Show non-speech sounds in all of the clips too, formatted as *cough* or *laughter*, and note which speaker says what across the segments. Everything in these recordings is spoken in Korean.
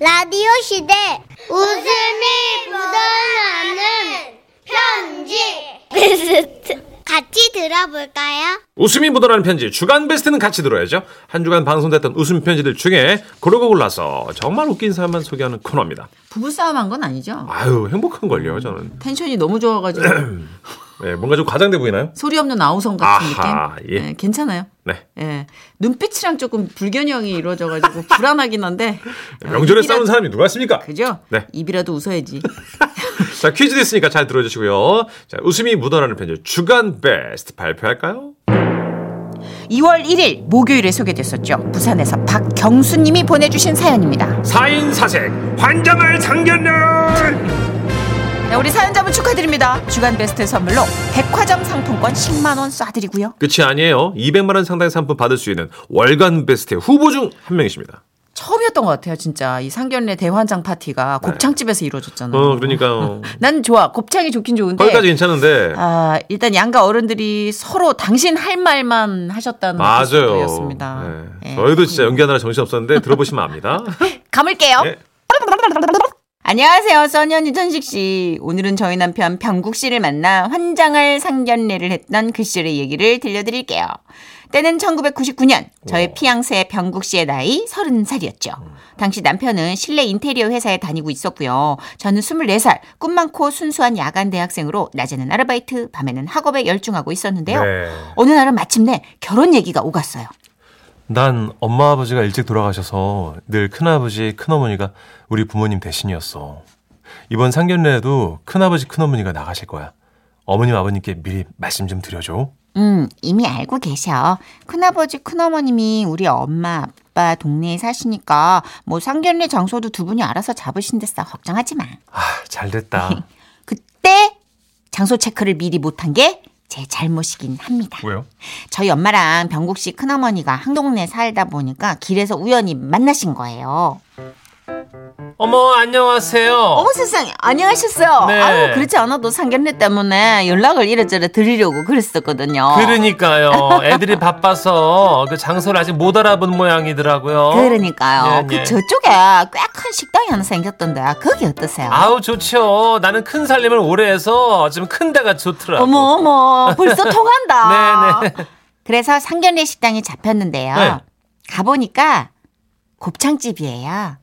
Speaker 1: 라디오 시대 웃음이 묻어나는 편지 베스트 *laughs* 같이 들어볼까요?
Speaker 2: 웃음이 묻어나는 편지 주간 베스트는 같이 들어야죠. 한 주간 방송됐던 웃음 편지들 중에 고르고 골라서 정말 웃긴 사람만 소개하는 코너입니다.
Speaker 3: 부부싸움 한 건 아니죠?
Speaker 2: 아유 행복한 걸요 저는.
Speaker 3: 텐션이 너무 좋아가지고
Speaker 2: *clears throat* 네, 뭔가 좀 과장돼 보이나요?
Speaker 3: 소리 없는 아우성 같은
Speaker 2: 아하,
Speaker 3: 느낌?
Speaker 2: 예.
Speaker 3: 네, 괜찮아요.
Speaker 2: 네.
Speaker 3: 예. 눈빛이랑 조금 불균형이
Speaker 2: *laughs*
Speaker 3: 이루어져가지고 불안하긴 한데.
Speaker 2: 명절에
Speaker 3: 입이라-
Speaker 2: 싸우는 사람이 누가 있습니까?
Speaker 3: 아, 그죠?
Speaker 2: 네.
Speaker 3: 입이라도 웃어야지.
Speaker 2: *laughs* 자 퀴즈 됐으니까 잘 들어주시고요. 자 웃음이 묻어나는 편지 주간 베스트 발표할까요?
Speaker 3: 2월 1일 목요일에 소개됐었죠. 부산에서 박경수님이 보내주신 사연입니다.
Speaker 2: 4인 사색 환장을 상견례
Speaker 3: 네, 우리 사연자분 축하드립니다. 주간 베스트 선물로 백화점 상품권 10만 원 쏴드리고요.
Speaker 2: 끝이 아니에요. 200만 원 상당의 상품 받을 수 있는 월간 베스트 후보 중 한 명이십니다.
Speaker 3: 처음이었던 것 같아요, 진짜. 이 상견례 대환장 파티가 곱창집에서 이루어졌잖아요.
Speaker 2: 네. 어 그러니까요.
Speaker 3: 난 좋아. 곱창이 좋긴 좋은데.
Speaker 2: 거기까지 괜찮은데
Speaker 3: 아, 일단 양가 어른들이 서로 당신 할 말만 하셨다는
Speaker 2: 맞아요.
Speaker 3: 것이었습니다. 예.
Speaker 2: 네. 저희도 진짜 연기하느라 정신 없었는데 들어보시면
Speaker 3: *laughs*
Speaker 2: 압니다.
Speaker 3: 감을게요.
Speaker 2: 예.
Speaker 3: 안녕하세요, 써니언니 전식 씨. 오늘은 저희 남편 병국 씨를 만나 환장할 상견례를 했던 그 시절의 얘기를 들려드릴게요. 때는 1999년, 저의 피앙세 병국 씨의 나이 30살이었죠. 당시 남편은 실내 인테리어 회사에 다니고 있었고요. 저는 24살, 꿈 많고 순수한 야간 대학생으로 낮에는 아르바이트, 밤에는 학업에 열중하고
Speaker 2: 네.
Speaker 3: 있었는데요.
Speaker 4: 네.
Speaker 3: 어느 날은 마침내 결혼 얘기가 오갔어요.
Speaker 4: 난 엄마 아버지가 일찍 돌아가셔서 늘 큰아버지 큰어머니가 우리 부모님 대신이었어. 이번 상견례에도 큰아버지 큰어머니가 나가실 거야. 어머님 아버님께 미리 말씀 좀 드려줘.
Speaker 3: 음, 이미 알고 계셔. 큰아버지, 큰어머님이 우리 엄마, 아빠 동네에 사시니까 뭐 상견례 장소도 두 분이 알아서 잡으신댔어. 걱정하지 마.
Speaker 4: 아,
Speaker 2: *laughs*
Speaker 4: 잘됐다.
Speaker 3: 그때 장소 체크를 미리 못한 게 제 잘못이긴 합니다.
Speaker 4: 왜요?
Speaker 3: 저희 엄마랑 병국 씨 큰어머니가 한 동네 살다 보니까 길에서 우연히 만나신 거예요.
Speaker 4: 어머 안녕하세요.
Speaker 3: 어머 세상에 안녕하셨어요.
Speaker 4: 네.
Speaker 3: 아유 그렇지 않아도 상견례 때문에 연락을 이래저래 드리려고 그랬었거든요.
Speaker 4: 그러니까요. 애들이 바빠서 그 장소를 아직 못 알아본 모양이더라고요.
Speaker 3: 그러니까요.
Speaker 4: 예,
Speaker 3: 그
Speaker 4: 예.
Speaker 3: 저쪽에 꽤 큰 식당이 하나 생겼던데 거기 어떠세요?
Speaker 4: 아우 좋죠. 나는 큰 살림을 오래 해서 지금 큰 데가 좋더라고.
Speaker 3: 어머 어머 벌써
Speaker 4: 뭐,
Speaker 3: 통한다.
Speaker 4: *laughs* 네,
Speaker 3: 그래서 상견례 식당에 잡혔는데요.
Speaker 4: 네.
Speaker 3: 가보니까 곱창집이에요.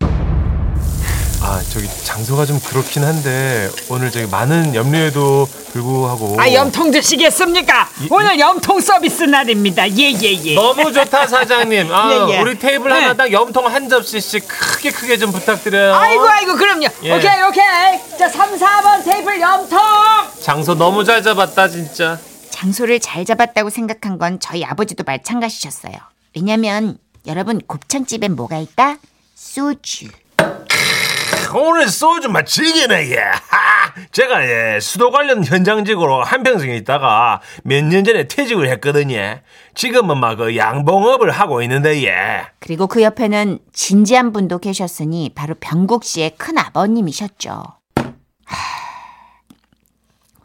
Speaker 4: 아 저기 장소가 좀 그렇긴 한데 오늘 저기 많은 염려에도 불구하고
Speaker 5: 아 염통 드시겠습니까?
Speaker 4: 예,
Speaker 5: 오늘 염통 서비스 날입니다. 예예예.
Speaker 4: 너무 좋다 사장님. 아,
Speaker 5: *laughs* 예, 예.
Speaker 4: 우리 테이블
Speaker 5: 네.
Speaker 4: 하나당 염통 한 접시씩 크게 크게 좀 부탁드려요.
Speaker 5: 아이고 아이고 그럼요.
Speaker 4: 예.
Speaker 5: 오케이 오케이. 자 3, 4번 테이블 염통.
Speaker 4: 장소 너무 잘 잡았다 진짜.
Speaker 3: 장소를 잘 잡았다고 생각한 건 저희 아버지도 마찬가지셨어요. 왜냐면 여러분 곱창집엔 뭐가 있다? 소주.
Speaker 4: 오늘 소주 마치기네 예. 하! 제가 예, 수도 관련 현장직으로 한평생에 있다가 몇 년 전에 퇴직을 했거든요. 지금은 막 그 양봉업을 하고 있는데 예.
Speaker 3: 그리고 그 옆에는 진지한 분도 계셨으니 바로 병국 씨의 큰 아버님이셨죠.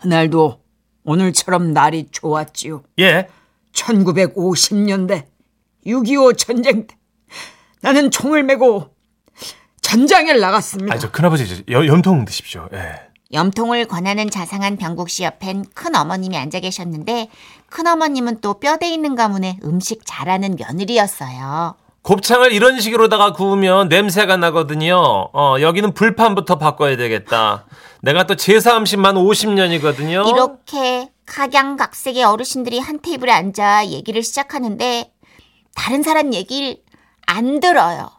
Speaker 5: 그날도 오늘처럼 날이 좋았지요.
Speaker 4: 예.
Speaker 5: 1950년대 6.25 전쟁 때 나는 총을 메고 전장에 나갔습니다.
Speaker 4: 아저 큰아버지 염통 드십시오. 예.
Speaker 3: 염통을 권하는 자상한 병국 씨 옆엔 큰 어머님이 앉아 계셨는데 큰 어머님은 또 뼈대 있는 가문의 음식 잘하는 며느리였어요.
Speaker 4: 곱창을 이런 식으로다가 구우면 냄새가 나거든요. 어, 여기는 불판부터 바꿔야 되겠다. 내가 또 제사 음식만
Speaker 3: 어?
Speaker 4: 50년이거든요.
Speaker 3: 이렇게 각양각색의 어르신들이 한 테이블에 앉아 얘기를 시작하는데 다른 사람 얘기를 안 들어요.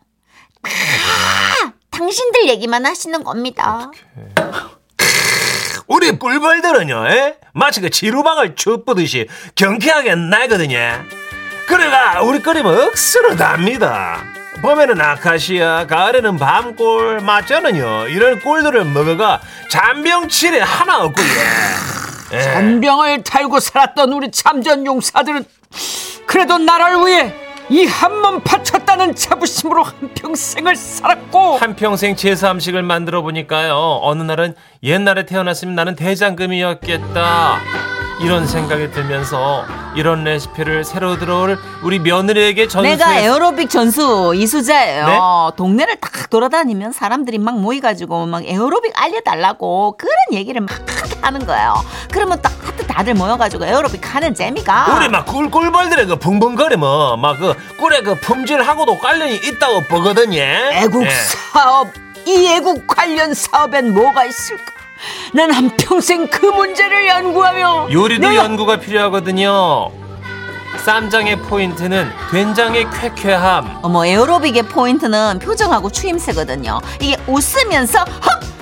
Speaker 3: 아, 당신들 얘기만 하시는 겁니다.
Speaker 4: 우리 꿀벌들은요, 예? 마치 그 지루방을 쭉 뿌듯이 경쾌하게 날거든요. 그래가 우리 끓이면 억수로 답니다. 봄에는 아카시아, 가을에는 밤꿀, 맞저는요 이런 꿀들을 먹어가 잔병치레 하나 없고 예. 예.
Speaker 5: 전병을 탈고 살았던 우리 참전 용사들은 그래도 나라를 위해 이 한 몸 바쳤다는 자부심으로 한 평생을 살았고
Speaker 4: 한 평생 제사 음식을 만들어 보니까요. 어느 날은 옛날에 태어났으면 나는 대장금이었겠다.
Speaker 6: 이런 생각이 들면서 이런 레시피를 새로 들어올 우리 며느리에게 전수해
Speaker 3: 내가 에어로빅 전수
Speaker 6: 네?
Speaker 3: 이수자예요. 어, 동네를 딱 돌아다니면 사람들이 막 모여가지고 막 에어로빅 알려달라고 그런 얘기를 막 하는 거예요. 그러면 딱 다들 모여가지고 에어로빅 하는 재미가
Speaker 6: 우리 막 꿀꿀벌들의 그 붕붕거리면 막그 꿀의 그 품질하고도 관련이 있다고 보거든요.
Speaker 4: 예.
Speaker 5: 애국 사업 이 애국 관련 사업엔 뭐가 있을까? 난 한 평생 그 문제를 연구하며
Speaker 6: 예. 요리도
Speaker 5: 내가
Speaker 6: 연구가 필요하거든요. 쌈장의 포인트는 된장의 쾌쾌함.
Speaker 3: 어머 뭐 에어로빅의 포인트는 표정하고 추임새거든요. 이게 웃으면서 *laughs* 헉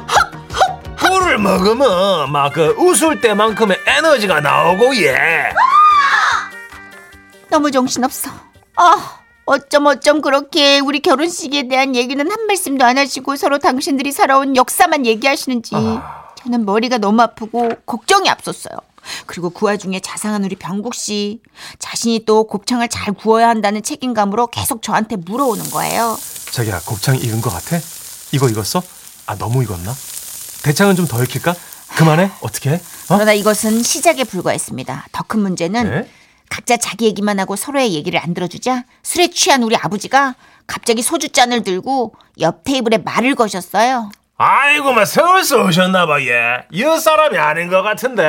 Speaker 6: 꿀을 먹으면 막 그 웃을 때만큼의 에너지가 나오고 예.
Speaker 3: 너무 정신없어. 아 어쩜 어쩜 그렇게 우리 결혼식에 대한 얘기는 한 말씀도 안 하시고 서로 당신들이 살아온 역사만 얘기하시는지 저는 머리가 너무 아프고 걱정이 앞섰어요. 그리고 그 와중에 자상한 우리 병국 씨 자신이 또 곱창을 잘 구워야 한다는 책임감으로 계속 저한테 물어오는 거예요.
Speaker 4: 자기야 곱창 익은 것 같아? 이거 익었어? 아 너무 익었나? 대창은 좀 더 익힐까? 그만해 어떻게 해? 어?
Speaker 3: 그러나 이것은 시작에 불과했습니다. 더 큰 문제는
Speaker 4: 네?
Speaker 3: 각자 자기 얘기만 하고 서로의 얘기를 안 들어주자 술에 취한 우리 아버지가 갑자기 소주 잔을 들고 옆 테이블에 말을 거셨어요.
Speaker 6: 아이고 막 서울서 오셨나봐 예. 이 사람이 아닌 것 같은데.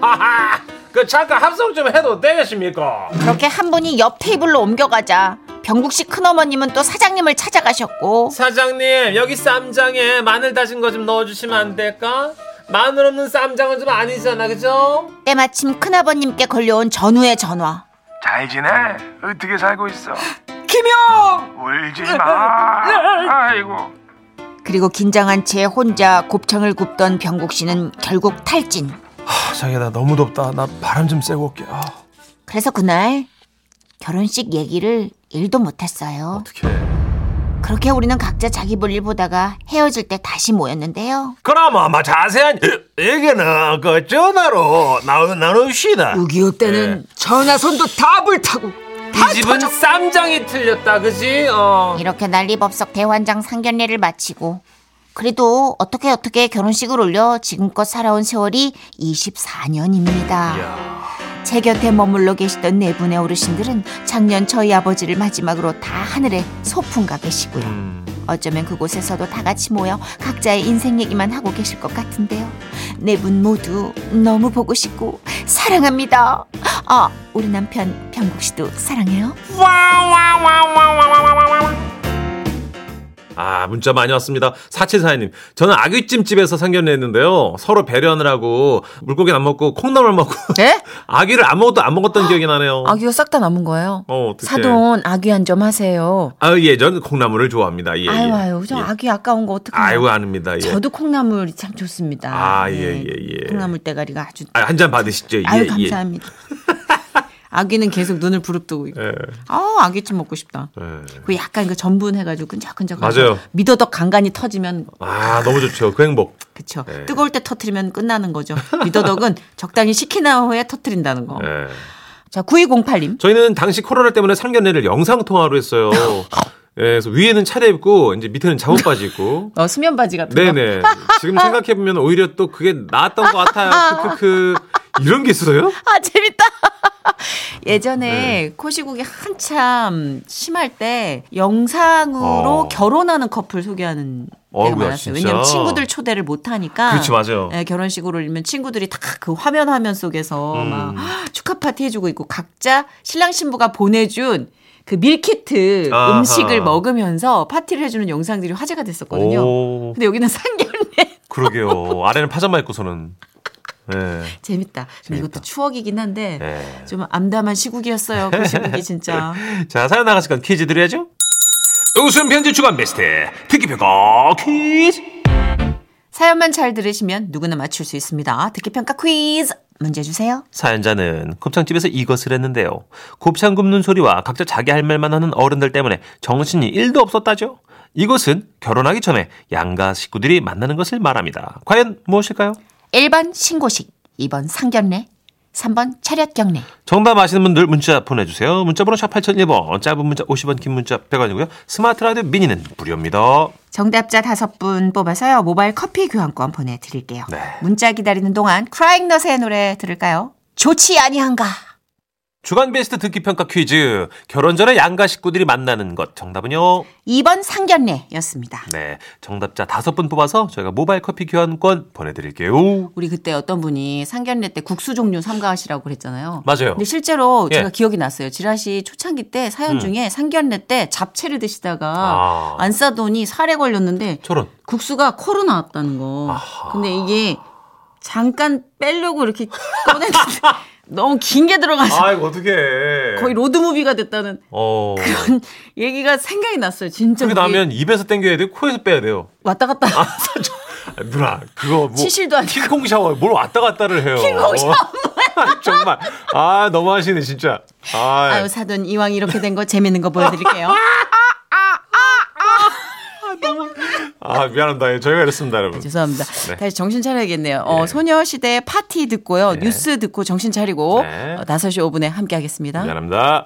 Speaker 6: 하하. 그 잠깐 합성 좀 해도 되겠습니까?
Speaker 3: 그렇게 한 분이 옆 테이블로 옮겨가자 병국 씨 큰어머님은 또 사장님을 찾아가셨고
Speaker 6: 사장님 여기 쌈장에 마늘 다진 거 좀 넣어주시면 안 될까? 마늘 없는 쌈장은 좀 아니잖아 그죠?
Speaker 3: 때마침 큰아버님께 걸려온 전우의 전화.
Speaker 7: 잘 지내? 어떻게 살고 있어?
Speaker 5: 김영
Speaker 7: 울지 마. 아이고.
Speaker 3: 그리고 긴장한 채 혼자 곱창을 굽던 병국 씨는 결국 탈진.
Speaker 4: 아, 자기야 나 너무 덥다 나 바람 좀 쐬고 올게 아,
Speaker 3: 그래서 그날 결혼식 얘기를 일도 못했어요.
Speaker 4: 어떡해
Speaker 3: 그렇게 우리는 각자 자기 볼일 보다가 헤어질 때 다시 모였는데요.
Speaker 6: 그럼 아마 자세한 얘기는 그 전화로 나, 나누시다
Speaker 5: 6.25 때는 음, 전화선도 다 불타고 다
Speaker 6: 네. 이 집은
Speaker 4: 아,
Speaker 5: 터져-
Speaker 6: 쌈장이 틀렸다 그지? 어.
Speaker 3: 이렇게 난리법석 대환장 상견례를 마치고 그래도 어떻게 어떻게 결혼식을 올려 지금껏 살아온 세월이 24년입니다. 제 곁에 머물러 계시던 네 분의 어르신들은 작년 저희 아버지를 마지막으로 다 하늘에 소풍가 계시고요. 어쩌면 그곳에서도 다 같이 모여 각자의 인생 얘기만 하고 계실 것 같은데요. 네 분 모두 너무 보고 싶고 사랑합니다. 아, 우리 남편 병국 씨도 사랑해요.
Speaker 4: 아 문자 많이 왔습니다 사치사님 저는 아귀찜집에서 상견례 했는데요 서로 배려하느라고 물고기 안 먹고 콩나물 먹고 *laughs*
Speaker 8: 네?
Speaker 4: 아귀를 아무것도 안 먹었던 기억이 나네요
Speaker 8: 아귀가 싹 다 남은 거예요.
Speaker 4: 어, 어떡해.
Speaker 8: 사돈 아귀 한 점 하세요.
Speaker 4: 아예 전 콩나물을 좋아합니다 예, 예.
Speaker 8: 아유 아유 저
Speaker 4: 예.
Speaker 8: 아귀 아까운 거 어떡하나.
Speaker 4: 아이고 아닙니다 예.
Speaker 8: 저도 콩나물이 참 좋습니다.
Speaker 4: 아,
Speaker 8: 네.
Speaker 4: 예, 예, 예.
Speaker 8: 콩나물 대가리가 아주
Speaker 4: 아, 한잔 받으시죠 예,
Speaker 8: 아유
Speaker 4: 예.
Speaker 8: *laughs* 감사합니다. 아귀는 계속 눈을 부릅뜨고 있고.
Speaker 4: 예.
Speaker 8: 아 아귀찜 먹고 싶다.
Speaker 4: 예.
Speaker 8: 그 약간 그 전분해가지고 끈적끈적.
Speaker 4: 맞아요.
Speaker 8: 미더덕 간간이 터지면
Speaker 4: 아 너무 좋죠 그 행복
Speaker 8: 그쵸. 뜨거울 때 터트리면 끝나는 거죠. 미더덕은 *laughs* 적당히 식힌 후에 터트린다는 거.
Speaker 4: 예.
Speaker 8: 자 9208님.
Speaker 4: 저희는 당시 코로나 때문에 상견례를 영상 통화로 *laughs* 했어요. 예, 그래서 위에는 차려입고 이제 밑에는 잠옷 바지 입고. *laughs*
Speaker 8: 어 수면 바지 같은 거.
Speaker 4: 네네. *laughs* 지금 생각해 보면 오히려 또 그게 나았던 것 같아요. *laughs* 크크크. 이런 게 있어요?
Speaker 8: 아 재밌다. *laughs* 예전에
Speaker 4: 네.
Speaker 8: 코시국이 한참 심할 때 영상으로
Speaker 4: 어.
Speaker 8: 결혼하는 커플 소개하는
Speaker 4: 어이구야,
Speaker 8: 때가 많았어요.
Speaker 4: 진짜.
Speaker 8: 왜냐면 친구들 초대를 못 하니까.
Speaker 4: 그렇지, 맞아요.
Speaker 8: 예, 결혼식으로 올리면 친구들이 다 그 화면 화면 속에서
Speaker 4: 음.
Speaker 8: 막 아, 축하 파티 해주고 있고 각자 신랑 신부가 보내준 그 밀키트
Speaker 4: 아하.
Speaker 8: 음식을 먹으면서 파티를 해주는 영상들이 화제가 됐었거든요.
Speaker 4: 오,
Speaker 8: 근데 여기는 상견례 *laughs*
Speaker 4: 그러게요. 아래는 파자마 입고서는. 예.
Speaker 8: 재밌다. 근데 이것도 추억이긴 한데
Speaker 4: 예.
Speaker 8: 좀 암담한 시국이었어요. 그 시국이 진짜.
Speaker 4: *laughs* 자, 사연 나가실 건 퀴즈 드려야죠? 웃음 편지 주간 베스트. 특기평가 퀴즈.
Speaker 8: 사연만 잘 들으시면 누구나 맞출 수 있습니다. 듣기평가 퀴즈 문제 주세요.
Speaker 4: 사연자는 곱창집에서 이것을 했는데요. 곱창 굽는 소리와 각자 자기 할 말만 하는 어른들 때문에 정신이 1도 없었다죠. 이것은 결혼하기 전에 양가 식구들이 만나는 것을 말합니다. 과연 무엇일까요?
Speaker 3: 1번 신고식, 2번 상견례, 3번 차렷 경례.
Speaker 4: 정답 아시는 분들 문자 보내주세요. 문자번호 샵 8001번, 짧은 문자 50원, 긴 문자 100원이고요. 스마트 라디오 미니는 무료입니다.
Speaker 3: 정답자 5분 뽑아서요. 모바일 커피 교환권 보내드릴게요.
Speaker 4: 네.
Speaker 3: 문자 기다리는 동안 크라잉넛의 노래 들을까요? 좋지 아니한가?
Speaker 4: 주간 베스트 듣기 평가 퀴즈. 결혼 전에 양가 식구들이 만나는 것. 정답은요.
Speaker 3: 2번 상견례였습니다.
Speaker 4: 네. 정답자 다섯 분 뽑아서 저희가 모바일 커피 교환권 보내드릴게요.
Speaker 3: 우리 그때 어떤 분이 상견례 때 국수 종류 삼가하시라고 그랬잖아요.
Speaker 4: 맞아요.
Speaker 3: 근데 실제로
Speaker 4: 예.
Speaker 3: 제가 기억이 났어요. 지라시 초창기 때 사연
Speaker 4: 음.
Speaker 3: 중에 상견례 때 잡채를 드시다가
Speaker 4: 아.
Speaker 3: 안 싸더니 살에 걸렸는데
Speaker 4: 저런.
Speaker 3: 국수가 코로 나왔다는 거.
Speaker 4: 아하.
Speaker 3: 근데 이게 잠깐 빼려고 이렇게
Speaker 4: *laughs*
Speaker 3: 꺼냈는데 너무 긴 게 들어가서
Speaker 4: 아이고, 어떡해.
Speaker 3: 거의 로드무비가 됐다는
Speaker 4: 어.
Speaker 3: 얘기가 생각이 났어요. 진짜
Speaker 4: 그게
Speaker 3: 우리
Speaker 4: 나면 입에서 당겨야 돼요? 코에서 빼야 돼요? *laughs*
Speaker 3: 왔다 갔다
Speaker 4: 아, 누나, 그거 뭐.
Speaker 3: 치실도 아니고
Speaker 4: 킹콩 샤워, 뭘 왔다 갔다를 해요. 킹콩 샤워. *laughs* 정말. 아, 너무하시네, 진짜. 아,
Speaker 3: 아유 사돈 이왕 이렇게 된 거 재밌는 거
Speaker 4: *laughs*
Speaker 3: 보여드릴게요.
Speaker 4: 네. 아, 미안합니다. 예, 저희가 이랬습니다, 여러분.
Speaker 3: 죄송합니다.
Speaker 4: 네.
Speaker 3: 다시 정신 차려야겠네요. 어,
Speaker 4: 예.
Speaker 3: 소녀시대 파티 듣고요.
Speaker 4: 예.
Speaker 3: 뉴스 듣고 정신 차리고
Speaker 4: 네.
Speaker 3: 어, 5시 5분에 함께 하겠습니다.
Speaker 4: 미안합니다.